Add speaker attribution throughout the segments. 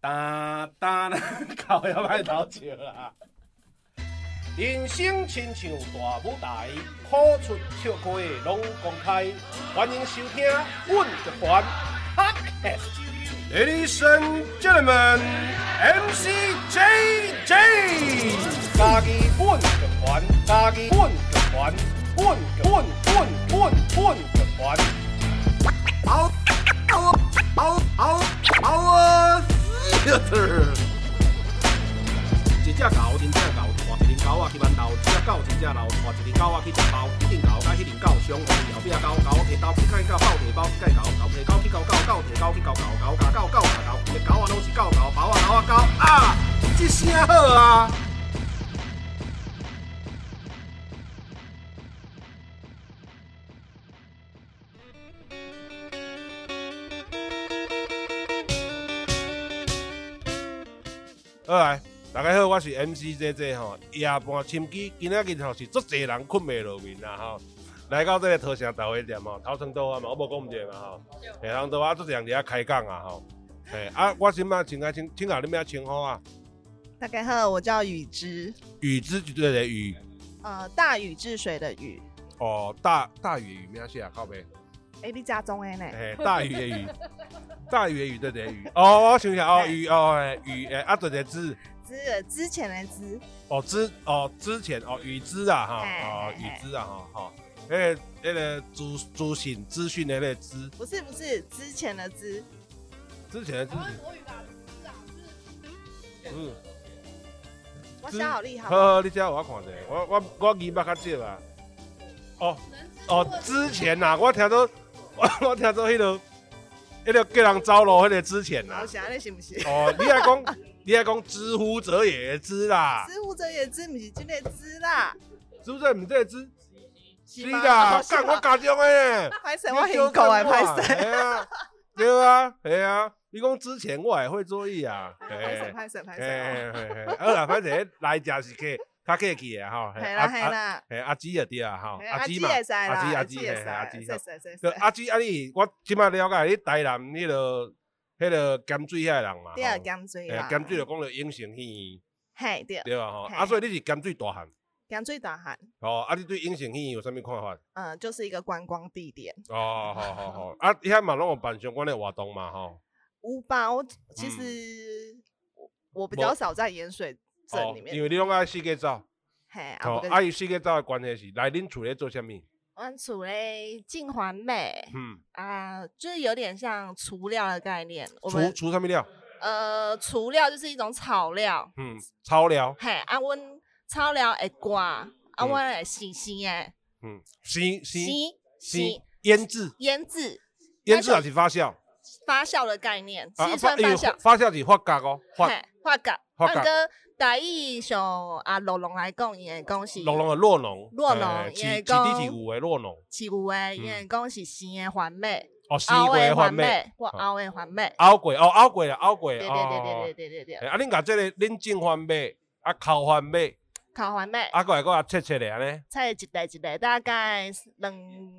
Speaker 1: 哒哒 啦，搞也歹偷笑啦。啊人生亲像大舞台，苦出笑开拢公开。欢迎收听《阮乐团 Podcast》。Ladies and gentlemen, MC JJ。家己阮乐团，家己阮乐团，阮阮阮阮阮乐团。嗷嗷嗷嗷嗷啊！
Speaker 2: 一只狗，真正狗，换一只狗啊去馒头；一只狗，真正老，换一只狗啊去食包。一只狗甲迄只狗相换，后壁狗狗摕刀，去甲迄狗狗摕包，去甲狗狗摕狗去狗狗，狗摕狗去狗狗，狗甲狗狗甲狗，一狗啊拢是狗狗，包啊狗啊狗啊，即声好啊！
Speaker 1: 好来，大家好，我是 MC JJ 吼，夜半深居，今仔日吼是足侪人困袂落眠啦吼。来到这个桃城大会店吼，头城岛啊嘛，我无讲毋对嘛吼。下趟岛啊，足侪人伫遐开讲啊吼。嘿，啊，我先嘛，请啊，请请下你们要称呼啊。
Speaker 3: 大家好，我叫雨之，
Speaker 1: 雨之就对的雨，
Speaker 3: 呃，大禹治水的禹
Speaker 1: 哦，大大雨的雨，咩写啊？靠背，
Speaker 3: ，A B 加中 A 呢？
Speaker 1: 嘿，大雨的雨，大雨的雨对的雨。哦，我想起来哦，雨哦嘿雨诶，啊对的之。
Speaker 3: 之呃之前的之，
Speaker 1: 哦之哦之前哦雨之啊哈
Speaker 3: 嘿
Speaker 1: 哦
Speaker 3: 嘿
Speaker 1: 雨
Speaker 3: 嘿
Speaker 1: 之啊哈哈，迄个迄个资资讯资讯的迄个资，
Speaker 3: 不是不是之前的之，
Speaker 1: 之前的资讯
Speaker 3: 哦
Speaker 1: 嗯，
Speaker 3: 哇，
Speaker 1: 之
Speaker 3: 虾好厉害
Speaker 1: 好，好，你遮我看者，我我我耳捌较少啊。哦哦，之前呐，我听到 我我听到迄个迄个叫人走路迄个之前呐
Speaker 3: 好。想啊你是不 是？
Speaker 1: 哦，你爱讲 你爱讲知乎者也的知啦，
Speaker 3: 知乎者也知，不是今天知啦，
Speaker 1: 是不是？毋这个知
Speaker 3: 是
Speaker 1: 是啦，
Speaker 3: 是
Speaker 1: 干
Speaker 3: 吗
Speaker 1: 我家长诶。
Speaker 3: 拍谁？我很狗来啊拍谁？
Speaker 1: 哎呀，对啊，哎呀，你讲之前我也会做意啊，
Speaker 3: 拍谁？拍谁？拍哦谁？
Speaker 1: 哎哎，好啦，反正来食是客，较客气的吼，
Speaker 3: 嘿啦嘿啦，
Speaker 1: 哎阿姊也对啊吼，
Speaker 3: 嘿
Speaker 1: 阿
Speaker 3: 基
Speaker 1: 姊嘛，
Speaker 3: 也使啦，
Speaker 1: 阿姊阿
Speaker 3: 基
Speaker 1: 姊
Speaker 3: 也
Speaker 1: 嘿
Speaker 3: 使，
Speaker 1: 阿姊
Speaker 3: 是，是是
Speaker 1: 对啊
Speaker 3: 是，
Speaker 1: 阿姊阿你，我即摆了解你台南迄落迄落咸水遐人嘛，
Speaker 3: 第二啊咸水啦，
Speaker 1: 哎
Speaker 3: 嗯
Speaker 1: 咸水就讲着永成县
Speaker 3: 嘿对，
Speaker 1: 对吧吼，啊所以你是咸水大汉，
Speaker 3: 咸水大汉，
Speaker 1: 哦，啊你对永成县有啥物看法？
Speaker 3: 嗯，就是一个观光地点。
Speaker 1: 哦，好好好，啊遐嘛拢有办相关的活动嘛吼。
Speaker 3: 乌吧，我其
Speaker 1: 嗯
Speaker 3: 实我我比
Speaker 1: 无
Speaker 3: 较少在盐水
Speaker 1: 哦
Speaker 3: 镇里，
Speaker 1: 因
Speaker 3: 面，
Speaker 1: 为你拢爱四界走，
Speaker 3: 嘿，啊，嗯
Speaker 1: 吼，
Speaker 3: 不
Speaker 1: 啊，
Speaker 3: 过
Speaker 1: 伊四界走的关系是来恁厝咧做啥物？
Speaker 3: 阮厝咧近环美
Speaker 1: 嗯，
Speaker 3: 啊，就是有点像厨料的概念，我
Speaker 1: 除
Speaker 3: 们
Speaker 1: 除啥物料？
Speaker 3: 呃厨料就是一种草料，
Speaker 1: 嗯，草料，
Speaker 3: 嘿，啊，阮草料会挂，啊，
Speaker 1: 嗯
Speaker 3: 阮会生生的，
Speaker 1: 嗯，新
Speaker 3: 生
Speaker 1: 新
Speaker 3: 生
Speaker 1: 新腌制，
Speaker 3: 腌制
Speaker 1: 腌制也是发酵，
Speaker 3: 发酵的概念，
Speaker 1: 啊
Speaker 3: 是算发
Speaker 1: 哎
Speaker 3: 酵，
Speaker 1: 发酵是发酵哦，发
Speaker 3: 嘿，发酵，
Speaker 1: 发
Speaker 3: 啊，
Speaker 1: 酵
Speaker 3: 毋过大意上啊，罗龙来讲，伊会讲是
Speaker 1: 浓浓的洛农，
Speaker 3: 洛农
Speaker 1: 哎
Speaker 3: 也
Speaker 1: 起起
Speaker 3: 讲
Speaker 1: 底是有的洛农，
Speaker 3: 是有诶，因
Speaker 1: 嗯
Speaker 3: 为讲是生诶环妹，
Speaker 1: 哦，西
Speaker 3: 后
Speaker 1: 瓜
Speaker 3: 诶
Speaker 1: 番
Speaker 3: 环
Speaker 1: 麦，
Speaker 3: 妹或
Speaker 1: 哦
Speaker 3: 后诶环妹，
Speaker 1: 拗过哦，拗过啦，拗过，
Speaker 3: 对对
Speaker 1: 哦
Speaker 3: 对对，对对对
Speaker 1: 哎
Speaker 3: 对，
Speaker 1: 啊，恁甲即个恁种番麦，啊，烤番麦，
Speaker 3: 烤环妹，
Speaker 1: 啊，过来过来切切咧安尼，
Speaker 3: 菜一袋一袋，大概两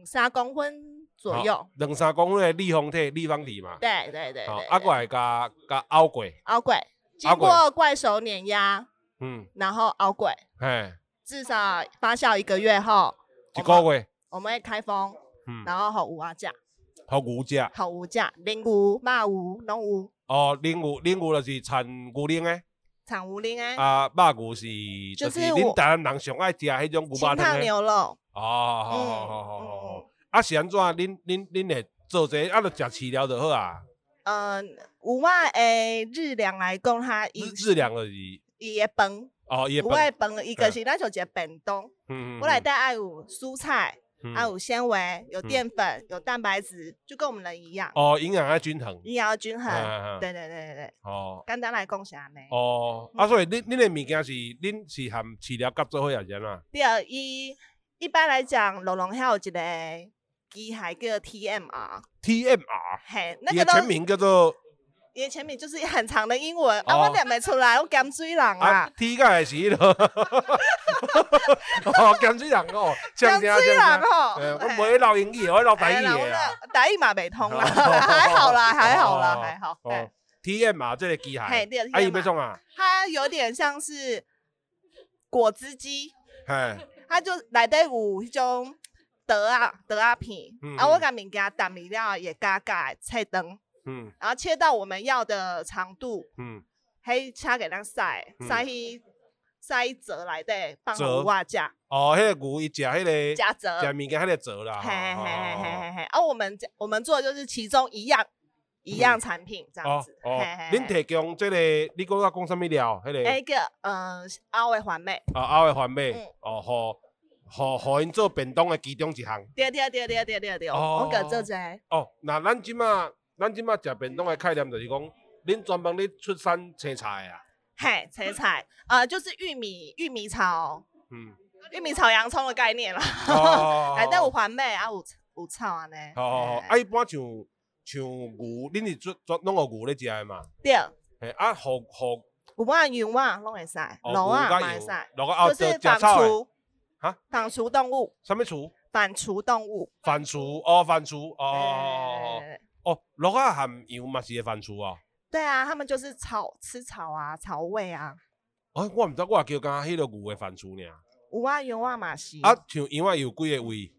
Speaker 3: 三公分左右
Speaker 1: 哦，两三公分的立方体，立方体嘛，
Speaker 3: 对对对
Speaker 1: 哦
Speaker 3: 对，
Speaker 1: 啊，过来甲甲拗过，
Speaker 3: 熬鬼，经
Speaker 1: 熬
Speaker 3: 过怪手碾压，
Speaker 1: 嗯，
Speaker 3: 然后熬鬼，
Speaker 1: 嘿。
Speaker 3: 至少发酵一个月后，
Speaker 1: 一个月，
Speaker 3: 我们会开封，
Speaker 1: 嗯，
Speaker 3: 然后好五啊价，
Speaker 1: 好牛食
Speaker 3: 好五价，零五、肉五、拢五、
Speaker 1: 哦，恁牛恁牛就是产牛奶的，
Speaker 3: 产五零诶，
Speaker 1: 啊，肉牛是就
Speaker 3: 就是是
Speaker 1: 恁
Speaker 3: 我
Speaker 1: 台南人上爱食迄种牛
Speaker 3: 清
Speaker 1: 肉
Speaker 3: 汤
Speaker 1: 汤的。
Speaker 3: 牛肉，
Speaker 1: 哦，好好
Speaker 3: 嗯
Speaker 1: 好好好
Speaker 3: 嗯
Speaker 1: 好。啊是安怎？恁恁恁会做者，啊，就食饲料就好啊。
Speaker 3: 嗯，有我诶日粮来讲，它
Speaker 1: 日
Speaker 3: 伊
Speaker 1: 日粮就是
Speaker 3: 伊的饭，
Speaker 1: 哦，伊
Speaker 3: 有
Speaker 1: 会
Speaker 3: 我的
Speaker 1: 分
Speaker 3: 饭伊就是咱就一个便当，
Speaker 1: 嗯
Speaker 3: 我内底爱有蔬菜，
Speaker 1: 嗯
Speaker 3: 爱有纤维，有
Speaker 1: 嗯
Speaker 3: 淀粉，有蛋白质，就跟我们人一样，
Speaker 1: 哦，营养要均衡。
Speaker 3: 营养要均衡。
Speaker 1: 嗯嗯嗯
Speaker 3: 对对对对对，
Speaker 1: 哦
Speaker 3: 简单来讲是安尼。
Speaker 1: 哦，
Speaker 3: 嗯
Speaker 1: 啊，所以恁恁的物件是恁是含饲料夹做伙啊，是安怎？
Speaker 3: 第二，伊一般来讲，龙龙遐有一个机械叫 TMR，
Speaker 1: TMR，
Speaker 3: 嘿，那
Speaker 1: 伊的
Speaker 3: 个都
Speaker 1: 全名叫做
Speaker 3: 伊的全名就是很长的英文，啊，
Speaker 1: 哦
Speaker 3: 我念袂出来，我咸水人
Speaker 1: 啊
Speaker 3: 啊，
Speaker 1: ，T 个也是 迄落，哦，咸水人哦，
Speaker 3: 咸
Speaker 1: 像
Speaker 3: 水
Speaker 1: 听像
Speaker 3: 人
Speaker 1: 听。
Speaker 3: 哦
Speaker 1: 呃，我
Speaker 3: 嘿
Speaker 1: 不会唠英语，我会唠台语
Speaker 3: 哎然后
Speaker 1: 的啦。
Speaker 3: 呢，打一嘛没通啦，
Speaker 1: 哦
Speaker 3: 还好啦，还好
Speaker 1: 哦
Speaker 3: 啦，还好。
Speaker 1: 哦
Speaker 3: 哎，
Speaker 1: 体验嘛，这个机
Speaker 3: 嘿
Speaker 1: 械，
Speaker 3: 对，
Speaker 1: 啊，伊
Speaker 3: TM 嘛
Speaker 1: 要创啊，
Speaker 3: 它有点像是果汁机，
Speaker 1: 嘿，
Speaker 3: 它就内底有迄种刀啊刀啊片，
Speaker 1: 嗯
Speaker 3: 啊，我甲物件打米了也加加切长，
Speaker 1: 嗯
Speaker 3: 然后切到我们要的长度，
Speaker 1: 嗯，
Speaker 3: 嘿，车给咱塞
Speaker 1: 嗯
Speaker 3: 塞去塞去折内底放
Speaker 1: 折
Speaker 3: 牛蛙架
Speaker 1: 哦，迄个牛伊食迄个
Speaker 3: 加折，
Speaker 1: 食物件迄个折啦，
Speaker 3: 嘿嘿嘿嘿
Speaker 1: 哦
Speaker 3: 嘿嘿，啊，我们这我们做的就是其中一样一样产品这样
Speaker 1: 哦
Speaker 3: 子，
Speaker 1: 哦
Speaker 3: 嘿嘿，嘿
Speaker 1: 恁提供这个，你讲要讲啥物料？迄
Speaker 3: 那
Speaker 1: 个
Speaker 3: 个嗯凹的环妹，
Speaker 1: 啊，后的番麦
Speaker 3: 嗯，
Speaker 1: 哦，互互互因做便当的其中一项。
Speaker 3: 对对对对对对对，
Speaker 1: 哦
Speaker 3: 我跟做这。
Speaker 1: 哦，那咱即马咱即马食便当的概念就是讲，恁专门咧出产青菜的啊，
Speaker 3: 嘿，切 菜，呃，就是玉米、玉米炒、
Speaker 1: 嗯，
Speaker 3: 玉米炒洋葱的概念啦。
Speaker 1: 哦
Speaker 3: 哎，但有环妹啊，有有草安尼。
Speaker 1: 好好好，
Speaker 3: 嘿
Speaker 1: 啊，一般像像牛，恁是做做拢互牛咧食的嘛？
Speaker 3: 对，
Speaker 1: 嘿，啊，互互
Speaker 3: 有半云蛙拢会使，
Speaker 1: 哦
Speaker 3: 龙啊
Speaker 1: 牛
Speaker 3: 嘛
Speaker 1: 甲
Speaker 3: 会
Speaker 1: 羊
Speaker 3: 使，
Speaker 1: 落个后哦
Speaker 3: 就
Speaker 1: 就是食
Speaker 3: 反
Speaker 1: 草的，
Speaker 3: 刍
Speaker 1: 哈，
Speaker 3: 反刍动物，
Speaker 1: 啥物厝？
Speaker 3: 反刍动物。
Speaker 1: 番薯哦，番薯哦哦
Speaker 3: 哎
Speaker 1: 哦哦，鹿啊含羊嘛是会番薯哦。
Speaker 3: 对啊，他们就是草吃草啊，草味啊。
Speaker 1: 啊，我毋知，我也叫敢迄个牛的番薯尔。
Speaker 3: 有啊，有啊，马西
Speaker 1: 啊，像羊啊有几个胃？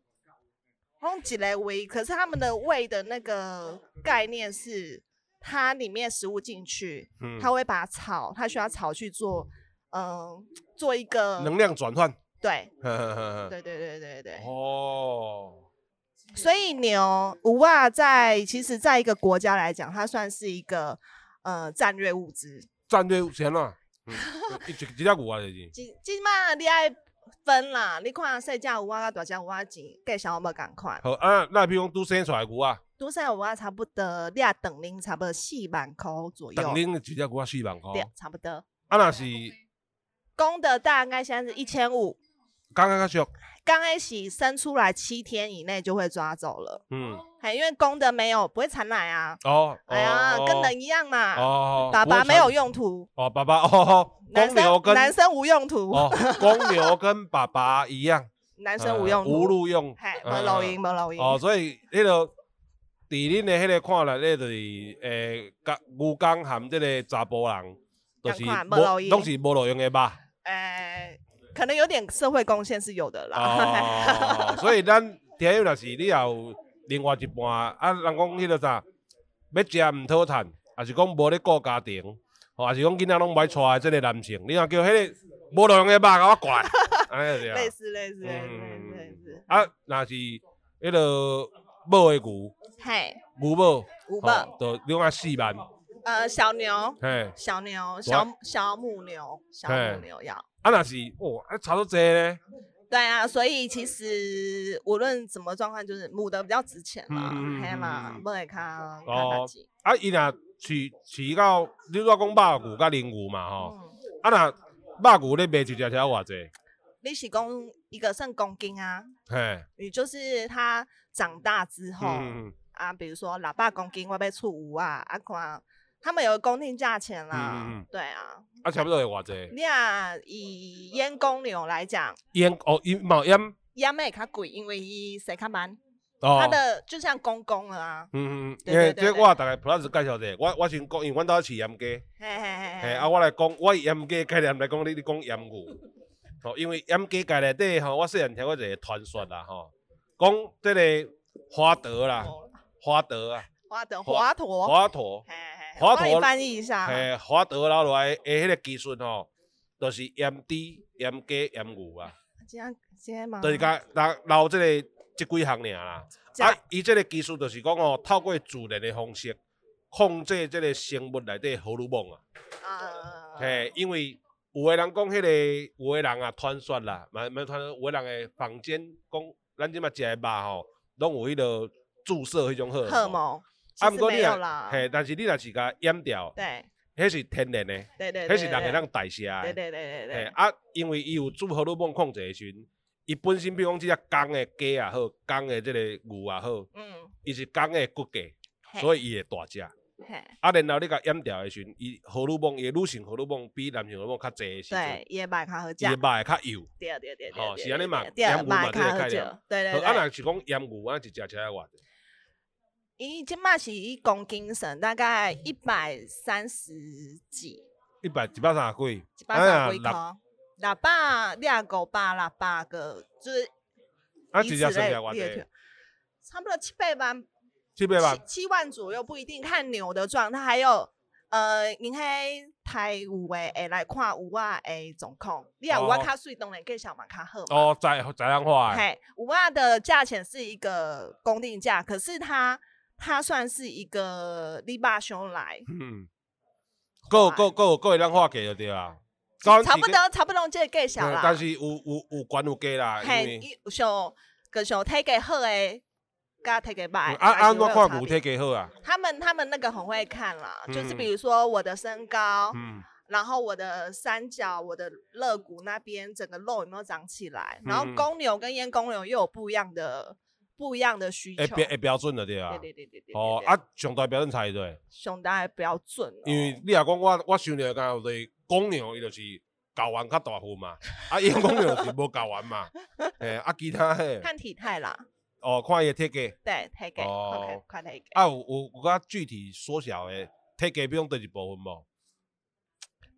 Speaker 3: 用几类味，可是他们的味的那个概念是，它里面食物进去，
Speaker 1: 嗯，
Speaker 3: 它会把草，它需要草去做，嗯、做一个
Speaker 1: 能量转换。
Speaker 3: 对
Speaker 1: 呵呵呵呵
Speaker 3: 对对对对对。
Speaker 1: 哦，
Speaker 3: 所以牛五啊，在其实在一个国家来讲，它算是一个呃战略物资。
Speaker 1: 战略有钱 啦。嗯，一一一只牛啊就是。
Speaker 3: 即即嘛，你爱分啦，你看细只有啊，甲大只有啊钱，计上无共款。
Speaker 1: 好啊，那比如讲拄生出来的牛啊，
Speaker 3: 拄细有啊，差不多你啊等零差不多四万箍左右
Speaker 1: 当，恁一只牛啊四万箍。
Speaker 3: 对，差不多。
Speaker 1: 啊，若是
Speaker 3: 公的大概现
Speaker 1: 嗯
Speaker 3: 在是一千五，
Speaker 1: 刚刚较俗，
Speaker 3: 刚开始生出来七天以内就会抓走了，
Speaker 1: 嗯，
Speaker 3: 嘿，因为公的没有不会产奶啊，
Speaker 1: 哦，
Speaker 3: 哎呀，
Speaker 1: 哦
Speaker 3: 跟人一样嘛，
Speaker 1: 哦，
Speaker 3: 爸
Speaker 1: 不会
Speaker 3: 爸
Speaker 1: 传
Speaker 3: 没有用途，
Speaker 1: 哦，爸爸哦哦，
Speaker 3: 男
Speaker 1: 公
Speaker 3: 生
Speaker 1: 牛跟
Speaker 3: 男生无用途，
Speaker 1: 哦，公牛跟爸爸一样，
Speaker 3: 男生
Speaker 1: 呃
Speaker 3: 无用途，
Speaker 1: 无路用，
Speaker 3: 嘿，
Speaker 1: 呃
Speaker 3: 无录音，无录音，
Speaker 1: 哦，所以迄个伫恁的迄个看来，迄就是诶，甲牛工含即个查甫人，就是
Speaker 3: 同款无路用
Speaker 1: 拢是无路用的吧？
Speaker 3: 哎，可能有点社会贡献是有的 啦，
Speaker 1: 哦，所以咱听友若是你也有另外一半，啊，人讲迄个啥，要食毋讨趁，也是讲无咧顾家庭，吼，也是讲囡仔拢歹娶的即个男性，你若叫迄个无路用的肉甲我过来，安尼就对 啊
Speaker 3: 类似类似类似类似类
Speaker 1: 嗯
Speaker 3: 似，
Speaker 1: 啊，若是迄个母的牛，
Speaker 3: 嘿，
Speaker 1: 牛母，
Speaker 3: 五
Speaker 1: 吼
Speaker 3: 个，
Speaker 1: 就两啊四万，
Speaker 3: 呃，小牛。
Speaker 1: 嘿，
Speaker 3: 小牛、小小母牛、小
Speaker 1: 嘿
Speaker 3: 母牛要，
Speaker 1: 啊，若是哦，啊，差多济咧，
Speaker 3: 对啊，所以其实无论怎么状况，就是母的比较值钱啦
Speaker 1: 嗯嗯嗯，
Speaker 3: 黑
Speaker 1: 嗯
Speaker 3: 嘛
Speaker 1: 嗯，
Speaker 3: 不会看看
Speaker 1: 哦
Speaker 3: 大己。
Speaker 1: 啊，伊若饲饲到，你若讲肉牛甲奶牛嘛吼，
Speaker 3: 嗯，
Speaker 1: 啊，若肉牛咧卖一只只偌济，
Speaker 3: 你是公一个剩公斤啊，
Speaker 1: 嘿，
Speaker 3: 你就是它长大之后
Speaker 1: 嗯，
Speaker 3: 啊，比如说喇叭公斤我被出五啊，啊看他们有个公定价钱
Speaker 1: 嗯嗯
Speaker 3: 啦
Speaker 1: 嗯，
Speaker 3: 对啊。
Speaker 1: 啊，差不多会偌济，
Speaker 3: 你啊以阉公牛来讲，
Speaker 1: 烟哦，烟冒烟，
Speaker 3: 阉妹较贵，因为伊谁较慢，
Speaker 1: 哦
Speaker 3: 它，的就像公公了啊，
Speaker 1: 嗯嗯，嗯
Speaker 3: 对
Speaker 1: 因为
Speaker 3: 对对
Speaker 1: 这
Speaker 3: 对
Speaker 1: 我大概 plus 介绍者，我我先讲，因为阮兜饲盐鸡。
Speaker 3: 嘿嘿嘿
Speaker 1: 嘿，
Speaker 3: 嘿。
Speaker 1: 啊，我来讲，我以盐鸡概念来讲，你你讲盐牛，吼、因为盐鸡界内底吼，我细汉听过一个传说啦，吼、讲即个花陀啦，
Speaker 3: 哦
Speaker 1: 花陀啊，
Speaker 3: 华德
Speaker 1: 华
Speaker 3: 华佗，
Speaker 1: 啊花陀，
Speaker 3: 嘿嘿
Speaker 1: 华
Speaker 3: 我帮
Speaker 1: 佗
Speaker 3: 你翻译一下，啊
Speaker 1: 嘿、花陀留落来诶，迄个技术吼，就是盐猪、盐鸡、盐牛啊，
Speaker 3: 今天今天吗？
Speaker 1: 就是甲留留即个即几项尔啦。
Speaker 3: 假
Speaker 1: 啊，伊即个技术就是讲哦，透过自然的方式控制即个生物内底荷尔蒙啊。
Speaker 3: 啊，
Speaker 1: 嘿，因为有的人讲迄、个，有的人啊传说啦，嘛嘛传说，有的人的房间讲，咱即嘛食的肉吼，拢有迄个注射迄种荷
Speaker 3: 荷
Speaker 1: 尔
Speaker 3: 尔
Speaker 1: 蒙。啊
Speaker 3: 蒙，其实
Speaker 1: 不过你
Speaker 3: 没有
Speaker 1: 若
Speaker 3: 啦，
Speaker 1: 嘿，但是你若是甲阉掉，
Speaker 3: 对
Speaker 1: 迄是天然的，
Speaker 3: 对对，
Speaker 1: 迄
Speaker 3: 对
Speaker 1: 是人会，当代谢的。
Speaker 3: 对对对对对
Speaker 1: 嘿，
Speaker 3: 对，
Speaker 1: 啊，因为伊有注荷尔蒙控制的时阵，伊本身比如讲即只公的鸡也好，公的即个牛也好，
Speaker 3: 嗯，
Speaker 1: 伊是公的骨架，
Speaker 3: 嘿
Speaker 1: 所以伊会大只。
Speaker 3: 嘿
Speaker 1: 啊，然后你甲阉掉的时阵，伊荷尔蒙，伊的女性荷尔蒙比男性荷尔蒙较侪的时阵。
Speaker 3: 对，也买卡合
Speaker 1: 伊
Speaker 3: 价
Speaker 1: 的，肉会较油。
Speaker 3: 对对对对，
Speaker 1: 吼
Speaker 3: 对
Speaker 1: 是安尼嘛
Speaker 3: 对对
Speaker 1: 盐
Speaker 3: 对
Speaker 1: 牛嘛
Speaker 3: 买
Speaker 1: 这个
Speaker 3: 卡
Speaker 1: 概
Speaker 3: 合
Speaker 1: 念
Speaker 3: 价，对对
Speaker 1: 啊好啊，若
Speaker 3: 对，
Speaker 1: 是讲盐牛，我一只吃偌济？
Speaker 3: 伊即嘛是一公斤重，大概一百三十几，
Speaker 1: 一百一百三十几，
Speaker 3: 一百三十几
Speaker 1: 啊六
Speaker 3: 箍。六百、两五百、六百个，就是
Speaker 1: 啊，
Speaker 3: 以
Speaker 1: 一只
Speaker 3: 此
Speaker 1: 算
Speaker 3: 类
Speaker 1: 起来偌
Speaker 3: 列
Speaker 1: 济
Speaker 3: 出？差不多七百万
Speaker 1: 七百万，
Speaker 3: 七七万左右不一定看牛的状态，还有呃，因迄台有诶会来看有啊诶状况，你啊有啊
Speaker 1: 哦
Speaker 3: 较水，当然计小嘛较好嘛。
Speaker 1: 哦，在在人化的，
Speaker 3: 嘿，五万的价钱是一个公定价，可是它它算是一个利爸 兄来，
Speaker 1: 嗯，够够够够会人化价就对啊，高
Speaker 3: 差不多差不多这个价钱
Speaker 1: 嗯
Speaker 3: 啦。
Speaker 1: 但是有有有管有价啦，因
Speaker 3: 嘿，
Speaker 1: 为
Speaker 3: 伊有像个像体给好诶，甲体给
Speaker 1: 嗯
Speaker 3: 歹，
Speaker 1: 啊啊，
Speaker 3: 还是会
Speaker 1: 我
Speaker 3: 有
Speaker 1: 看
Speaker 3: 差
Speaker 1: 母
Speaker 3: 别
Speaker 1: 体加好啊，
Speaker 3: 他们他们那个很会看啦，就是
Speaker 1: 嗯
Speaker 3: 比如说我的身高，
Speaker 1: 嗯，
Speaker 3: 然后我的三角、我的肋骨那边整个肉有没有长起来，然后
Speaker 1: 嗯
Speaker 3: 公牛跟阉公牛又有不一样的不一样的需求
Speaker 1: 会。标会标准就对啊
Speaker 3: 对，对对对对。
Speaker 1: 哎哦
Speaker 3: 对，
Speaker 1: 啊，上大标准差对。
Speaker 3: 熊大还比较准哦、
Speaker 1: 因为你若讲我，我想着讲就是公牛，伊就是教完较大份嘛，啊，因公牛是无教完嘛，嘿，啊，其他嘿，
Speaker 3: 看体态啦，
Speaker 1: 哦，看伊体格，
Speaker 3: 对，体给，
Speaker 1: 哦
Speaker 3: 快快体给。
Speaker 1: 啊，有有有较具体缩小的体格，比如倒一部分无，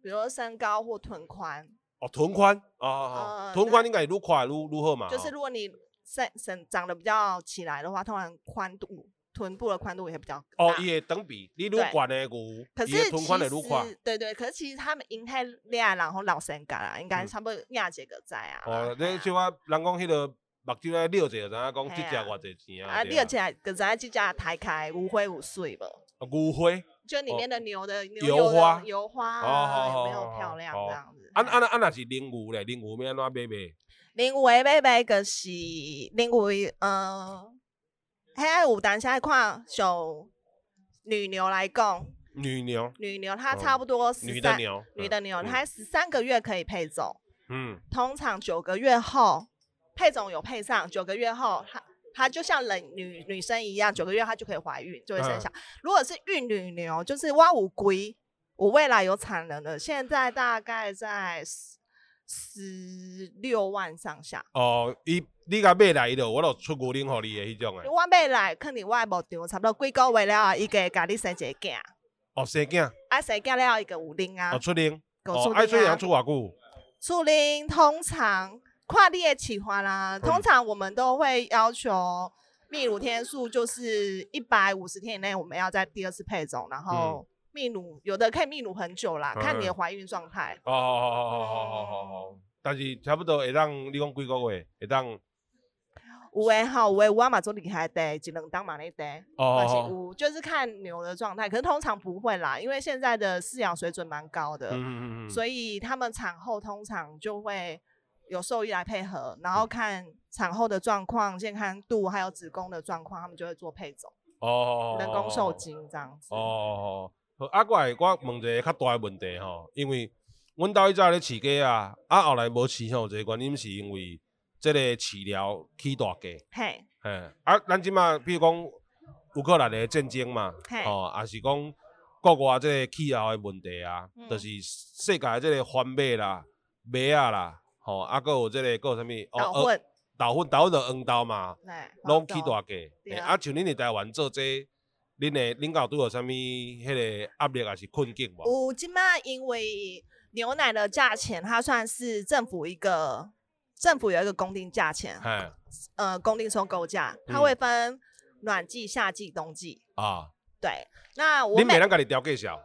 Speaker 3: 比如说身高或臀宽，
Speaker 1: 哦，臀宽，哦哦，哦
Speaker 3: 呃
Speaker 1: 臀宽应该愈宽愈愈好嘛，
Speaker 3: 就是如果你身身长得比较起来的话，通常宽度臀部的宽度也比较大。
Speaker 1: 哦，伊的等比，你愈
Speaker 3: 对
Speaker 1: 悬的牛，
Speaker 3: 可
Speaker 1: 伊
Speaker 3: 是
Speaker 1: 的臀宽会
Speaker 3: 其
Speaker 1: 愈宽
Speaker 3: 实，对对，可是其实他们因太恋爱，然后老身高啦，应该
Speaker 1: 嗯
Speaker 3: 差不多廿几个在啊。
Speaker 1: 哦，
Speaker 3: 嘿
Speaker 1: 你
Speaker 3: 啊
Speaker 1: 像我人讲迄个目睭来瞄者，就知影讲即
Speaker 3: 嘿
Speaker 1: 只
Speaker 3: 啊
Speaker 1: 偌济钱啊，
Speaker 3: 啊，
Speaker 1: 对
Speaker 3: 你有起来，可是这家抬开无灰无碎吧？
Speaker 1: 啊牛花。
Speaker 3: 就里
Speaker 1: 哦
Speaker 3: 面的牛的牛
Speaker 1: 油
Speaker 3: 油的
Speaker 1: 花
Speaker 3: 油花
Speaker 1: 哦
Speaker 3: 啊，
Speaker 1: 好
Speaker 3: 有没
Speaker 1: 好
Speaker 3: 有
Speaker 1: 好
Speaker 3: 漂亮
Speaker 1: 好
Speaker 3: 这样子？
Speaker 1: 啊
Speaker 3: 嘿
Speaker 1: 啊那啊若是灵牛咧，灵牛要安怎买卖？
Speaker 3: 另外买买就是另外呃，遐有当下看像女牛来讲，
Speaker 1: 女牛，
Speaker 3: 女牛它
Speaker 1: 哦
Speaker 3: 差不多十三、
Speaker 1: 女的牛，
Speaker 3: 女的牛
Speaker 1: 嗯
Speaker 3: 它十三个月可以配种，
Speaker 1: 嗯，
Speaker 3: 通常九个月后配种有配上，九个月后它。它就像人女女生一样，九个月她就可以怀孕，就会生
Speaker 1: 嗯
Speaker 3: 小。如果是孕女牛，就是挖五龟，我未来有产能的，现在大概在十十六万上下。
Speaker 1: 哦，伊你甲买来伊就我就出牛奶互你的迄种诶，
Speaker 3: 我买来，肯定我的目标差不多几个月了，伊个甲你生一个囝，
Speaker 1: 哦生囝，
Speaker 3: 啊生囝了伊个有零啊
Speaker 1: 哦，出奶，
Speaker 3: 狗
Speaker 1: 哦
Speaker 3: 出
Speaker 1: 爱出
Speaker 3: 零
Speaker 1: 羊
Speaker 3: 啊
Speaker 1: 出，偌久？
Speaker 3: 出零通常看你的喜欢
Speaker 1: 嗯
Speaker 3: 啦，通常我们都会要求泌乳天数就是一百五十天以内，我们要在第二次配种，然后
Speaker 1: 嗯
Speaker 3: 泌乳有的可以泌乳很久啦，看你的怀孕状态。
Speaker 1: 哦哦哦哦哦哦哦，但是差不多会当你讲几个月会当，哦
Speaker 3: 有诶吼，有诶我嘛做厉害的，一两当嘛咧的。
Speaker 1: 哦
Speaker 3: 关系
Speaker 1: 哦，
Speaker 3: 屋就是看牛的状态，可是通常不会啦，因为现在的饲养水准蛮高的，
Speaker 1: 嗯嗯嗯，
Speaker 3: 所以他们产后通常就会有兽医来配合，然
Speaker 1: 嗯
Speaker 3: 后看产后的状况、健康度，还有子宫的状况，他们就会做配种，
Speaker 1: 哦哦，
Speaker 3: 人工受精这样子。
Speaker 1: 哦哦哦，好啊，我会我问一个较大的问题吼，因为阮兜迄早咧饲鸡啊，啊后来无饲吼，一个原因是因为即个饲料起大价，
Speaker 3: 嘿，
Speaker 1: 嘿，啊，咱即马比如讲乌克兰的战争嘛
Speaker 3: 嘿，
Speaker 1: 吼，也是讲国外即个气候的问题啊，
Speaker 3: 嗯
Speaker 1: 就是世界即个番麦啦、麦啊啦，吼，啊，搁有即、个搁有啥物？
Speaker 3: 搞
Speaker 1: 呃
Speaker 3: 混，
Speaker 1: 豆粉、豆粉就黄豆嘛，
Speaker 3: 哎，
Speaker 1: 拢起
Speaker 3: 黄豆
Speaker 1: 大价。
Speaker 3: 对
Speaker 1: 嘿
Speaker 3: 啊
Speaker 1: 啊，像恁伫台湾做这恁的恁有拄着啥物迄个压力还是困境无？
Speaker 3: 有即卖因为牛奶的价钱，它算是政府一个政府有一个公定价钱，
Speaker 1: 嘿，
Speaker 3: 呃，公定收购价，它
Speaker 1: 嗯
Speaker 3: 会分暖季、夏季、冬季。
Speaker 1: 啊，
Speaker 3: 对，那我
Speaker 1: 恁
Speaker 3: 每
Speaker 1: 袂咱家己调介绍，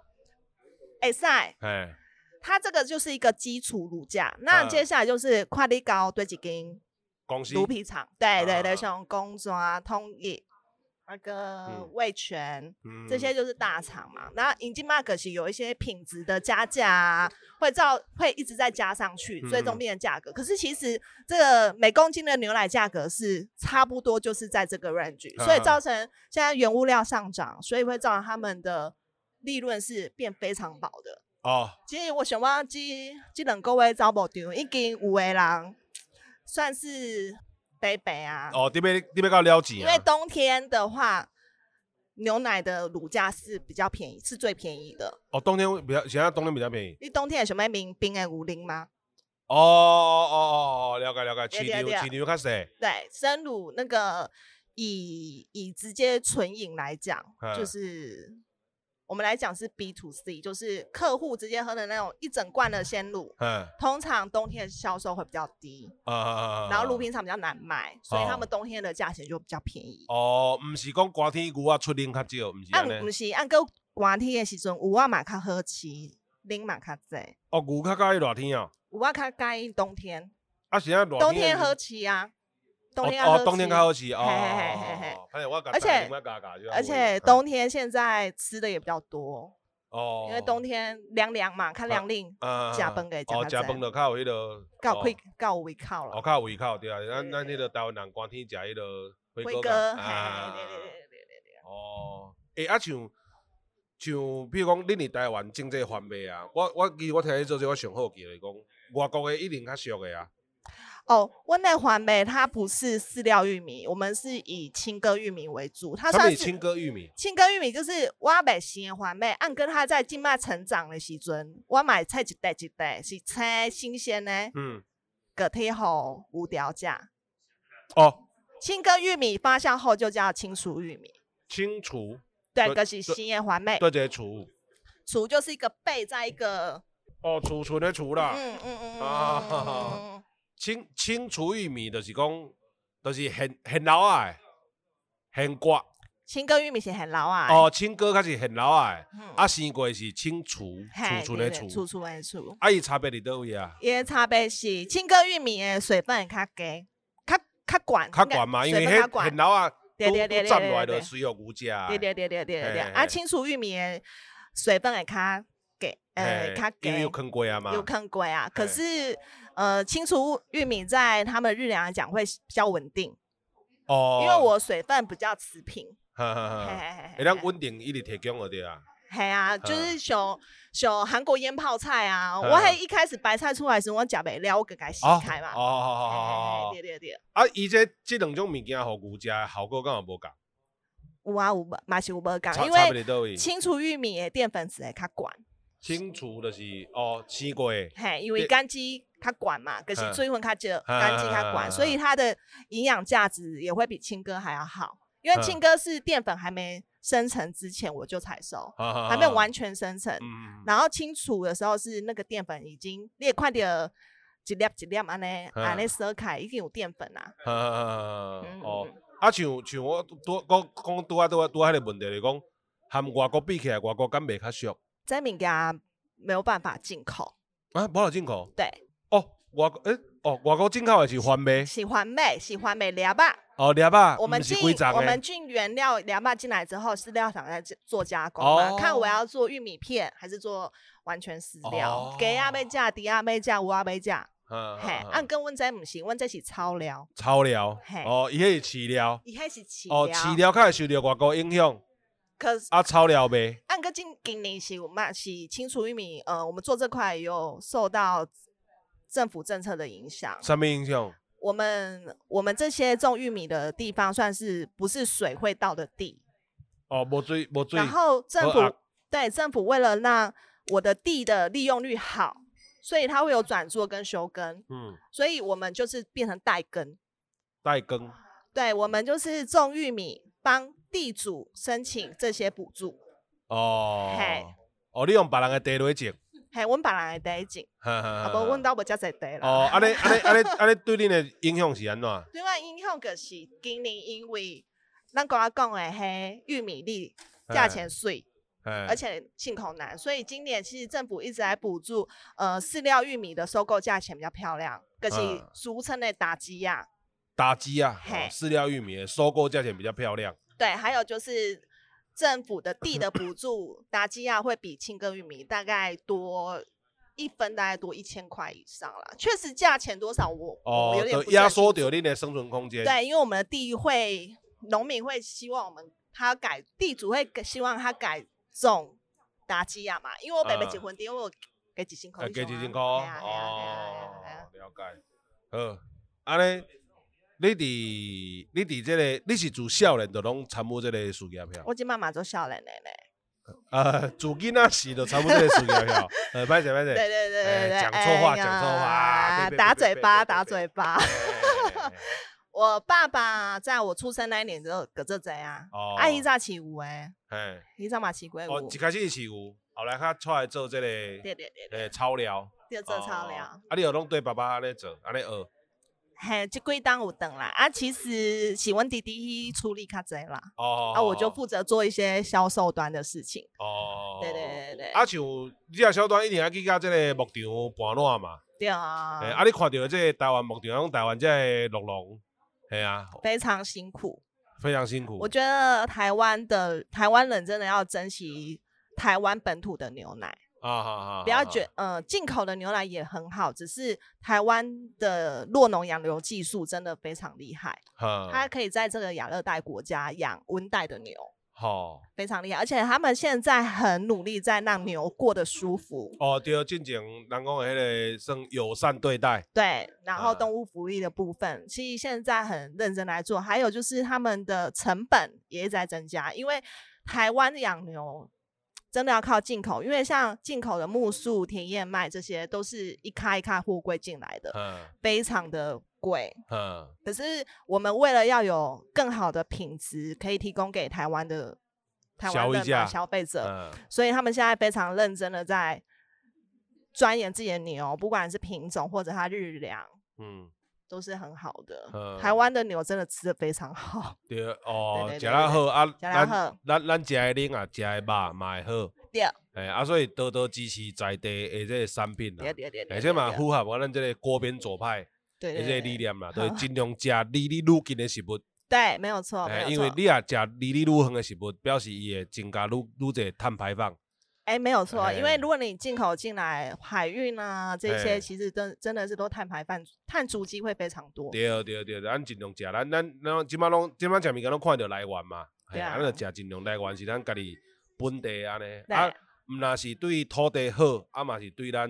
Speaker 3: 哎赛，
Speaker 1: 嘿，
Speaker 3: 它这个就是一个基础乳价，那
Speaker 1: 嗯
Speaker 3: 接下来就是快递高对几斤
Speaker 1: 公司
Speaker 3: 乳皮厂，对对
Speaker 1: 啊
Speaker 3: 对，像工抓、通业、那个
Speaker 1: 嗯
Speaker 3: 味全，
Speaker 1: 嗯
Speaker 3: 这些就是大厂嘛。那引进 mark 是有一些品质的加价、啊，会照会一直在加上去，最
Speaker 1: 嗯
Speaker 3: 终变成价格。可是其实这个每公斤的牛奶价格是差不多就是在这个 range，、所以
Speaker 1: 嗯
Speaker 3: 造成现在原物料上涨，所以会造成他们的利润是变非常薄的。
Speaker 1: 哦，
Speaker 3: 其实我想讲，这这两个月走无场，已经有的人算是北北啊，
Speaker 1: 哦，你要你要到了解
Speaker 3: 因
Speaker 1: 啊
Speaker 3: 为，冬天的话，牛奶的乳价是比较便宜，是最便宜的。
Speaker 1: 哦，冬天比较现在冬天比较便宜。
Speaker 3: 你冬天有什么民冰的五零吗？
Speaker 1: 哦哦哦哦，了解了解，
Speaker 3: 对
Speaker 1: 饲
Speaker 3: 对
Speaker 1: 牛
Speaker 3: 对
Speaker 1: 饲牛较细，
Speaker 3: 对，生乳那个以以直接纯饮来讲，
Speaker 1: 嗯
Speaker 3: 就是我们来讲是 B to C，就是客户直接喝的那种一整罐的鲜乳，
Speaker 1: 嗯
Speaker 3: 通常冬天销售会比较低，
Speaker 1: 啊啊啊啊
Speaker 3: 然后乳品厂比较难卖，所以
Speaker 1: 哦
Speaker 3: 他们冬天的价钱就比较便宜。
Speaker 1: 哦，毋是讲寒天牛啊出奶较少，毋是
Speaker 3: 按
Speaker 1: 安
Speaker 3: 毋
Speaker 1: 尼。
Speaker 3: 是按个寒天的时阵，有我嘛较好饲，啉嘛较济，
Speaker 1: 哦，牛较介意热天哦，
Speaker 3: 有我较介意冬天，
Speaker 1: 啊是啊，热
Speaker 3: 冬天喝
Speaker 1: 哦
Speaker 3: 饲啊，冬天要
Speaker 1: 哦
Speaker 3: 喝，
Speaker 1: 冬天
Speaker 3: 起
Speaker 1: 较好饲哦。
Speaker 3: 嘿嘿嘿嘿嘿
Speaker 1: 哦反正我
Speaker 3: 而且
Speaker 1: 嘎嘎就好
Speaker 3: 而且冬天现在吃的也比较多，
Speaker 1: 哦，
Speaker 3: 因为冬天凉凉嘛，较凉令，
Speaker 1: 啊
Speaker 3: 食饭的
Speaker 1: 哦，
Speaker 3: 食
Speaker 1: 食
Speaker 3: 较
Speaker 1: 饭
Speaker 3: 济
Speaker 1: 就较有迄落
Speaker 3: 够
Speaker 1: 哦
Speaker 3: 开够胃口
Speaker 1: 哦
Speaker 3: 了。
Speaker 1: 较有胃口对啊，咱
Speaker 3: 对
Speaker 1: 咱迄
Speaker 3: 对
Speaker 1: 落台湾人寒天食迄落
Speaker 3: 辉
Speaker 1: 干
Speaker 3: 哥，嘿
Speaker 1: 啊
Speaker 3: 嘿对对对对对对
Speaker 1: 哦，诶、啊像像，比如讲，恁伫台湾经济翻倍啊，我我其实我听你做这个我上好奇的是讲，外国的一定较俗的啊，
Speaker 3: 哦，温带环北它不是饲料玉米，我们是以青稞玉米为主，它
Speaker 1: 他们
Speaker 3: 算
Speaker 1: 是
Speaker 3: 是
Speaker 1: 青稞玉米，
Speaker 3: 青稞玉米，就是我买新的环北，按跟它在静脉成长的时阵，我买菜一袋一袋是青新鲜的，
Speaker 1: 嗯，
Speaker 3: 个体后无调价。
Speaker 1: 哦，
Speaker 3: 青稞玉米发酵后就叫青熟玉米，
Speaker 1: 青厨，
Speaker 3: 对，
Speaker 1: 对
Speaker 3: 个是
Speaker 1: 对
Speaker 3: 新的环北，
Speaker 1: 对，这个厨，
Speaker 3: 厨就是一个贝在一个，
Speaker 1: 哦，储存的储啦，
Speaker 3: 嗯嗯嗯嗯
Speaker 1: 啊
Speaker 3: 嗯嗯嗯嗯，
Speaker 1: 青青厨玉米就是讲，就是很很老啊的，很瓜，
Speaker 3: 青稞玉米是很老啊，
Speaker 1: 哦，青稞较是很老啊的，
Speaker 3: 嗯，
Speaker 1: 啊，生过的是青厨，
Speaker 3: 嘿
Speaker 1: 储存的
Speaker 3: 对对
Speaker 1: 储，
Speaker 3: 储存的储。
Speaker 1: 啊，伊差别伫倒位啊？
Speaker 3: 伊的差别是青稞玉米的水分会较低，较较悬，
Speaker 1: 较悬嘛，因为
Speaker 3: 水分较
Speaker 1: 迄很
Speaker 3: 悬。
Speaker 1: 老啊，
Speaker 3: 对对
Speaker 1: 都
Speaker 3: 对对
Speaker 1: 站
Speaker 3: 对
Speaker 1: 落来就
Speaker 3: 对
Speaker 1: 水有牛食的。
Speaker 3: 对对对对对对对，
Speaker 1: 嘿
Speaker 3: 啊，
Speaker 1: 嘿
Speaker 3: 青熟玉米的水分会较低，呃，
Speaker 1: 嘿
Speaker 3: 较
Speaker 1: 因为
Speaker 3: 低
Speaker 1: 有。坑过啊嘛。
Speaker 3: 有看过啊，可
Speaker 1: 嘿
Speaker 3: 是呃，青熟玉米在他们日粮来讲会比较稳定，
Speaker 1: 哦，嗯
Speaker 3: 因为我水分比较持平。
Speaker 1: 哈
Speaker 3: 嘿
Speaker 1: 哈
Speaker 3: 嘿
Speaker 1: 哈，
Speaker 3: 嘿嘿
Speaker 1: 会当稳定一直提供就对啊。
Speaker 3: 嘿啊，就是像像韩国腌泡菜啊，
Speaker 1: 嗯
Speaker 3: 我还一开始白菜出来的时候，我食袂了，我给它洗
Speaker 1: 哦
Speaker 3: 开嘛。
Speaker 1: 哦好好好好
Speaker 3: 嘿嘿嘿
Speaker 1: 好
Speaker 3: 对。对对，
Speaker 1: 啊，伊这这两种物件互牛食的效果敢有无共？
Speaker 3: 有啊有，嘛是有无讲，
Speaker 1: 差
Speaker 3: 因
Speaker 1: 差
Speaker 3: 为
Speaker 1: 别伫倒位？
Speaker 3: 清除玉米的淀粉质会较悬，
Speaker 1: 清除就是哦，生过的
Speaker 3: 嘿，因为
Speaker 1: 对
Speaker 3: 干基较悬嘛，可
Speaker 1: 嗯
Speaker 3: 是水分较少，干基较
Speaker 1: 啊
Speaker 3: 悬，所以它的营养价值也会比青稞还要好。因
Speaker 1: 嗯
Speaker 3: 为青稞是淀粉还没生成之前我就采收，还
Speaker 1: 还
Speaker 3: 没有完。全生成，
Speaker 1: 哦嗯，嗯嗯
Speaker 3: 然后清除的时候是那个淀粉已经你也快点一粒一粒安尼
Speaker 1: 嗯
Speaker 3: 安尼撕开，已经有淀粉啊啦。
Speaker 1: 哈哈哈哈
Speaker 3: 嗯
Speaker 1: 哦，啊，像像我拄讲讲拄啊拄啊拄啊，迄个问题就是讲，含外国比起来，外国敢袂较俗
Speaker 3: 这物件没有办法进口，
Speaker 1: 啊？无落进口。
Speaker 3: 对，
Speaker 1: 哦，外国诶，哦，外国进口的是番麦，
Speaker 3: 喜欢美喜欢美粒吧。
Speaker 1: 哦，粒啊，
Speaker 3: 我们
Speaker 1: 不是
Speaker 3: 进
Speaker 1: 规章
Speaker 3: 我们
Speaker 1: 诶，
Speaker 3: 进原料凉拌进来之后，饲料厂再做加工嘛，
Speaker 1: 哦
Speaker 3: 看我要做玉米片还是做完全饲
Speaker 1: 哦
Speaker 3: 料，给阿妹价、低阿妹价、无阿妹价，
Speaker 1: 嗯
Speaker 3: 嘿，按跟温这唔行，温这是超料，
Speaker 1: 草料
Speaker 3: 嘿，
Speaker 1: 哦，伊迄是饲料，
Speaker 3: 一开始饲
Speaker 1: 哦，饲料较会受到外国影响，
Speaker 3: 可是
Speaker 1: 啊，草料袂，
Speaker 3: 按个今今年是我们是清除玉米，呃，我们做这块有受到政府政策的影响，
Speaker 1: 啥物影响？
Speaker 3: 我们我们这些种玉米的地方算是不是水会到的地，
Speaker 1: 哦，无水，无水
Speaker 3: 然，后政
Speaker 1: 和啊
Speaker 3: 府对政府为了让我的地的利用率好，所以它会有转作跟休耕，
Speaker 1: 嗯，
Speaker 3: 所以我们就是变成代耕。
Speaker 1: 带耕，
Speaker 3: 对，我们就是种玉米，帮地主申请这些补助。
Speaker 1: 哦
Speaker 3: 嘿，
Speaker 1: 哦，你用别人的地来种，
Speaker 3: 嘿，我们本来得景，
Speaker 1: 哈
Speaker 3: 啊
Speaker 1: 哈
Speaker 3: 不，
Speaker 1: 哈
Speaker 3: 问到我家在得了。
Speaker 1: 呃哦，安尼安尼安尼安尼对恁的影响是安怎？
Speaker 3: 另外影响就是今年因为咱刚刚讲的嘿玉米粒
Speaker 1: 呃
Speaker 3: 价钱水，而
Speaker 1: 而
Speaker 3: 且进口难，所以今年其实政府一直在补助，呃，饲料玉米的收购价钱比较漂亮，可是
Speaker 1: 嗯
Speaker 3: 俗称的打击呀。
Speaker 1: 打击啊，哦
Speaker 3: 嘿
Speaker 1: 饲料玉米的收购价钱比较漂亮，哦
Speaker 3: 对，还有就是政府的地的补助，打击呀会比青稞玉米大概多。一分大概多一千块以上啦，确实价钱多少我
Speaker 1: 哦
Speaker 3: 我有，点
Speaker 1: 就
Speaker 3: 不是
Speaker 1: 压
Speaker 3: 很
Speaker 1: 缩
Speaker 3: 清
Speaker 1: 掉恁的生存空间，
Speaker 3: 对，因为我们的地会农民会希望我们他改地主会希望他改种达基亚嘛，因为我北北结
Speaker 1: 嗯
Speaker 3: 婚地，我有给几千块
Speaker 1: 啊，
Speaker 3: 以上啊，
Speaker 1: 加几千块
Speaker 3: 嘿啊嘿啊嘿啊嘿啊嘿啊
Speaker 1: 哦，了解。好，安尼，你伫你伫这个，你是自少年就拢参与这个事业票，
Speaker 3: 我今妈妈做笑人嘞嘞，
Speaker 1: 啊，自囡仔时就参与这个事业 票，呃，歹势歹势，
Speaker 3: 对对对对
Speaker 1: 哎
Speaker 3: 对，
Speaker 1: 讲错
Speaker 3: 哎
Speaker 1: 话讲错话啊
Speaker 3: 呀
Speaker 1: 别别
Speaker 3: 打
Speaker 1: 别
Speaker 3: 嘴
Speaker 1: 别
Speaker 3: 巴
Speaker 1: 别
Speaker 3: 打
Speaker 1: 别
Speaker 3: 嘴巴
Speaker 1: 哎，哎哎哎
Speaker 3: 我爸爸在我出生那一年就搁这侪啊，
Speaker 1: 哦
Speaker 3: 啊，伊早饲牛诶，
Speaker 1: 嘿，
Speaker 3: 伊早嘛饲过
Speaker 1: 哦
Speaker 3: 牛，，
Speaker 1: 一开始是有，后来较出来做这个
Speaker 3: 对对对，
Speaker 1: 诶草料，
Speaker 3: 对做操
Speaker 1: 哦
Speaker 3: 了。
Speaker 1: 啊，你有拢对爸爸安尼做，安尼学，哦
Speaker 3: 嘿，即几档有等啦，啊，其实是阮弟弟去处理较侪啦，
Speaker 1: 哦，
Speaker 3: 啊，我就负责做一些销售端的事情。
Speaker 1: 哦，
Speaker 3: 对对对对，
Speaker 1: 啊，像你啊，小段一定要去到这个牧场搬烂嘛，
Speaker 3: 对啊，
Speaker 1: 诶，啊，你看到的这个台湾牧场，咱台湾这个鹿农，系啊，
Speaker 3: 非常辛苦。
Speaker 1: 非常辛苦
Speaker 3: 我，觉得台湾的台湾人真的要珍惜台湾本土的牛奶，
Speaker 1: 啊哈哈，
Speaker 3: 不要
Speaker 1: 啊
Speaker 3: 觉呃进口的牛奶也很好，只是台湾的洛农养牛技术真的非常厉害，
Speaker 1: 哈
Speaker 3: 它可以在这个亚热带国家养温带的牛。
Speaker 1: 好，
Speaker 3: 非常厉害，而且他们现在很努力在让牛过得舒服，
Speaker 1: 哦，对，进前人讲的迄个算友善对待，
Speaker 3: 对，然后
Speaker 1: 呃
Speaker 3: 动物福利的部分，其实现在很认真来做，还有就是他们的成本也一直在增加，因为台湾养牛真的要靠进口，因为像进口的木薯、田燕麦这些都是一卡一卡货柜进来的，
Speaker 1: 嗯
Speaker 3: 非常的贵。
Speaker 1: 嗯，
Speaker 3: 可是我们为了要有更好的品质，可以提供给台湾的台
Speaker 1: 消
Speaker 3: 湾
Speaker 1: 费
Speaker 3: 的
Speaker 1: 者
Speaker 3: 嘛消费者，
Speaker 1: 嗯
Speaker 3: 所以他们现在非常认真的在钻研自己的牛，不管是品种或者它日粮。
Speaker 1: 嗯，
Speaker 3: 都是很好的。
Speaker 1: 嗯
Speaker 3: 台湾的牛真的吃的非常好，
Speaker 1: 对，哦，
Speaker 3: 对对对
Speaker 1: 食得好啊，
Speaker 3: 得
Speaker 1: 咱
Speaker 3: 好
Speaker 1: 咱咱食的奶啊，食的肉嘛会好，
Speaker 3: 对
Speaker 1: 诶，啊，所以多多支持在地的这个产品啦
Speaker 3: 对，对对对，
Speaker 1: 而且嘛
Speaker 3: 对
Speaker 1: 符合我哎咱这个锅边左派
Speaker 3: 对
Speaker 1: 的
Speaker 3: 对
Speaker 1: 这个
Speaker 3: 对
Speaker 1: 理
Speaker 3: 对，
Speaker 1: 念啦，就是尽量食离你愈近的食物，
Speaker 3: 对，没有错，哦没
Speaker 1: 诶，
Speaker 3: 有
Speaker 1: 哎因为
Speaker 3: 错，
Speaker 1: 你也食离你愈远的食物，表示伊会增加愈愈侪碳排放，
Speaker 3: 哎，没有错，因
Speaker 1: 哎
Speaker 3: 为如果你进口进来海运啊这
Speaker 1: 哎
Speaker 3: 些，其实真真的是都碳排放碳足迹会非常多。
Speaker 1: 对对对，咱尽量食，咱咱咱即摆拢即摆食物件拢看着来源嘛，嘿
Speaker 3: 对啊
Speaker 1: 咱就食尽量来源是咱家己本地安尼，
Speaker 3: 对
Speaker 1: 啊，毋若是对土地好，啊嘛是对咱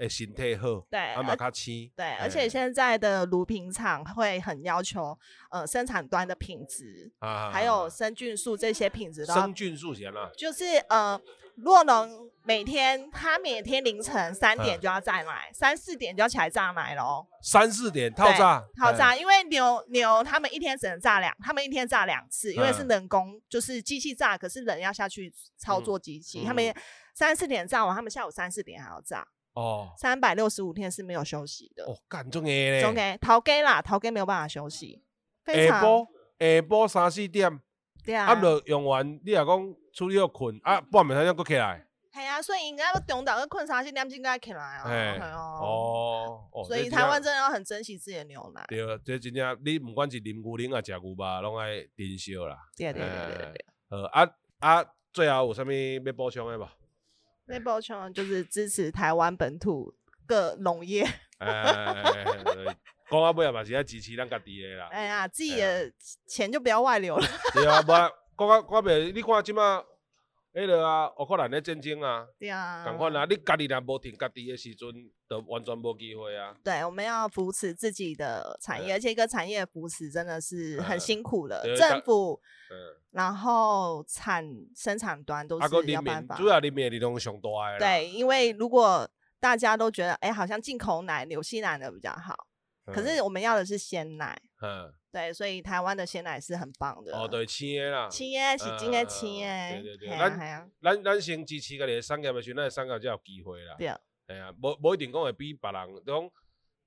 Speaker 1: 诶身体好，
Speaker 3: 对
Speaker 1: 啊嘛较鲜，
Speaker 3: 对，
Speaker 1: 嘿
Speaker 3: 而且现在的乳品厂会很要求，呃，生产端的品质，
Speaker 1: 啊
Speaker 3: 还有生菌素这些品质都要
Speaker 1: 生菌素是安啦，
Speaker 3: 就是呃，洛农每天他每天凌晨三点
Speaker 1: 嗯
Speaker 3: 就要再来，三四点就要起来炸奶喽。
Speaker 1: 三四点套炸，哎
Speaker 3: 好炸，
Speaker 1: 嘿，
Speaker 3: 因为牛牛他们一天只能炸两，他们一天炸两次，因为是
Speaker 1: 嗯
Speaker 3: 人工，就是机器炸，可是人要下去操
Speaker 1: 嗯
Speaker 3: 作机器。
Speaker 1: 嗯
Speaker 3: 他们三四点炸完，他们下午三四点还要炸，
Speaker 1: 哦
Speaker 3: 三百六十五天是没有休息的。
Speaker 1: 哦，干中诶咧，
Speaker 3: 总给逃给啦，逃给没有办法休息，非
Speaker 1: 下
Speaker 3: 常
Speaker 1: 晡下晡三四点，
Speaker 3: 对啊
Speaker 1: 啊，，就用完，你若讲处理好困，啊，半暝三点搁起来，
Speaker 3: 系啊，所以应该要中岛要困三四点钟该起来啊，
Speaker 1: 嘿
Speaker 3: 嘿啊
Speaker 1: 哦哦，
Speaker 3: 所
Speaker 1: 这
Speaker 3: 以
Speaker 1: 真
Speaker 3: 台湾
Speaker 1: 正
Speaker 3: 真的要很珍惜自己的牛奶。
Speaker 1: 对，这真正你毋管是啉牛奶啊、食牛肉，拢爱珍惜啦。
Speaker 3: 对对对对
Speaker 1: 哎
Speaker 3: 对，
Speaker 1: 呃啊啊，最后有啥物要补充的无？
Speaker 3: 那
Speaker 1: 哎
Speaker 3: 抱歉就是支持台湾本土各农业。
Speaker 1: 哎，讲到尾也嘛是要支持咱家己的啦。
Speaker 3: 哎呀，自己
Speaker 1: 对啊
Speaker 3: 的钱就不要外 流了。
Speaker 1: 对啊，无讲到讲袂，你看即马迄落啊，乌克兰的战争啊，
Speaker 3: 对啊，
Speaker 1: 共款啊，你家己若无挺家己的时阵，就完全无机会啊。
Speaker 3: 对，我们要扶持自己的产业，而且一个产业扶持真的是
Speaker 1: 哎
Speaker 3: 很辛苦的
Speaker 1: 啊对，大
Speaker 3: 政府，
Speaker 1: 嗯，
Speaker 3: 然后产生产端都
Speaker 1: 啊，个
Speaker 3: 是
Speaker 1: 人
Speaker 3: 要办
Speaker 1: 民
Speaker 3: 法
Speaker 1: 主。要人民的力量上大的啦。
Speaker 3: 对，因为如果大家都觉得，哎，好像进口奶纽西兰的比较好，
Speaker 1: 嗯，
Speaker 3: 可是我们要的是鲜奶，
Speaker 1: 嗯，
Speaker 3: 对，所以台湾的鲜奶是很棒的。
Speaker 1: 哦，对，青的啦。
Speaker 3: 啊青耶，是
Speaker 1: 呃
Speaker 3: 真的青耶，
Speaker 1: 对对对
Speaker 3: 嘿
Speaker 1: 咱
Speaker 3: 啊嘿啊，
Speaker 1: 咱咱先支持家己的产业的时候，咱的产业才有机会啦。
Speaker 3: 对啊，
Speaker 1: 哎呀，无无一定讲会比别人，就讲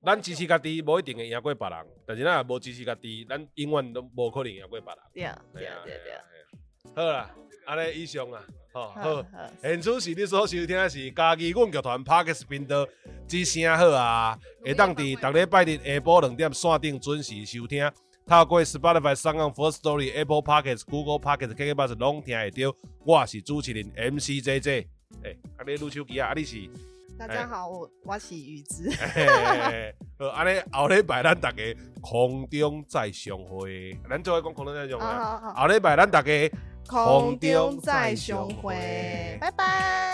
Speaker 1: 咱支持家己，无一定会赢过别人。但是咱也无支持家己，咱永远都无可能赢过别人。
Speaker 3: 对啊，
Speaker 1: 哎
Speaker 3: 对
Speaker 1: 呀
Speaker 3: 啊，对啊，
Speaker 1: 哎
Speaker 3: 对啊。。
Speaker 1: 呀哎呀好啦，安尼以上啊，吼
Speaker 3: 好
Speaker 1: 好。哎
Speaker 3: 好
Speaker 1: 现此时你所收听的是家己阮剧团 Parkes 频道之声好啊，会当伫逐礼拜日下晡两点线顶准时收听。透过 Spotify、s o u n First Story、Apple Podcasts、Google Podcasts、KKBox 拢听会到。我是主持人 MCJJ。诶、啊你录手机啊？啊你是？
Speaker 3: 大
Speaker 1: 哎
Speaker 3: 家好，我我是雨 之，
Speaker 1: 嘿好，安尼后礼拜咱大家空中再相会。咱做伙讲空中再相
Speaker 3: 哦
Speaker 1: 会啊。
Speaker 3: 好好好，
Speaker 1: 后礼拜咱大家。空
Speaker 3: 空
Speaker 1: 中
Speaker 3: 中
Speaker 1: 再
Speaker 3: 再
Speaker 1: 相
Speaker 3: 相
Speaker 1: 会
Speaker 3: 会，拜拜。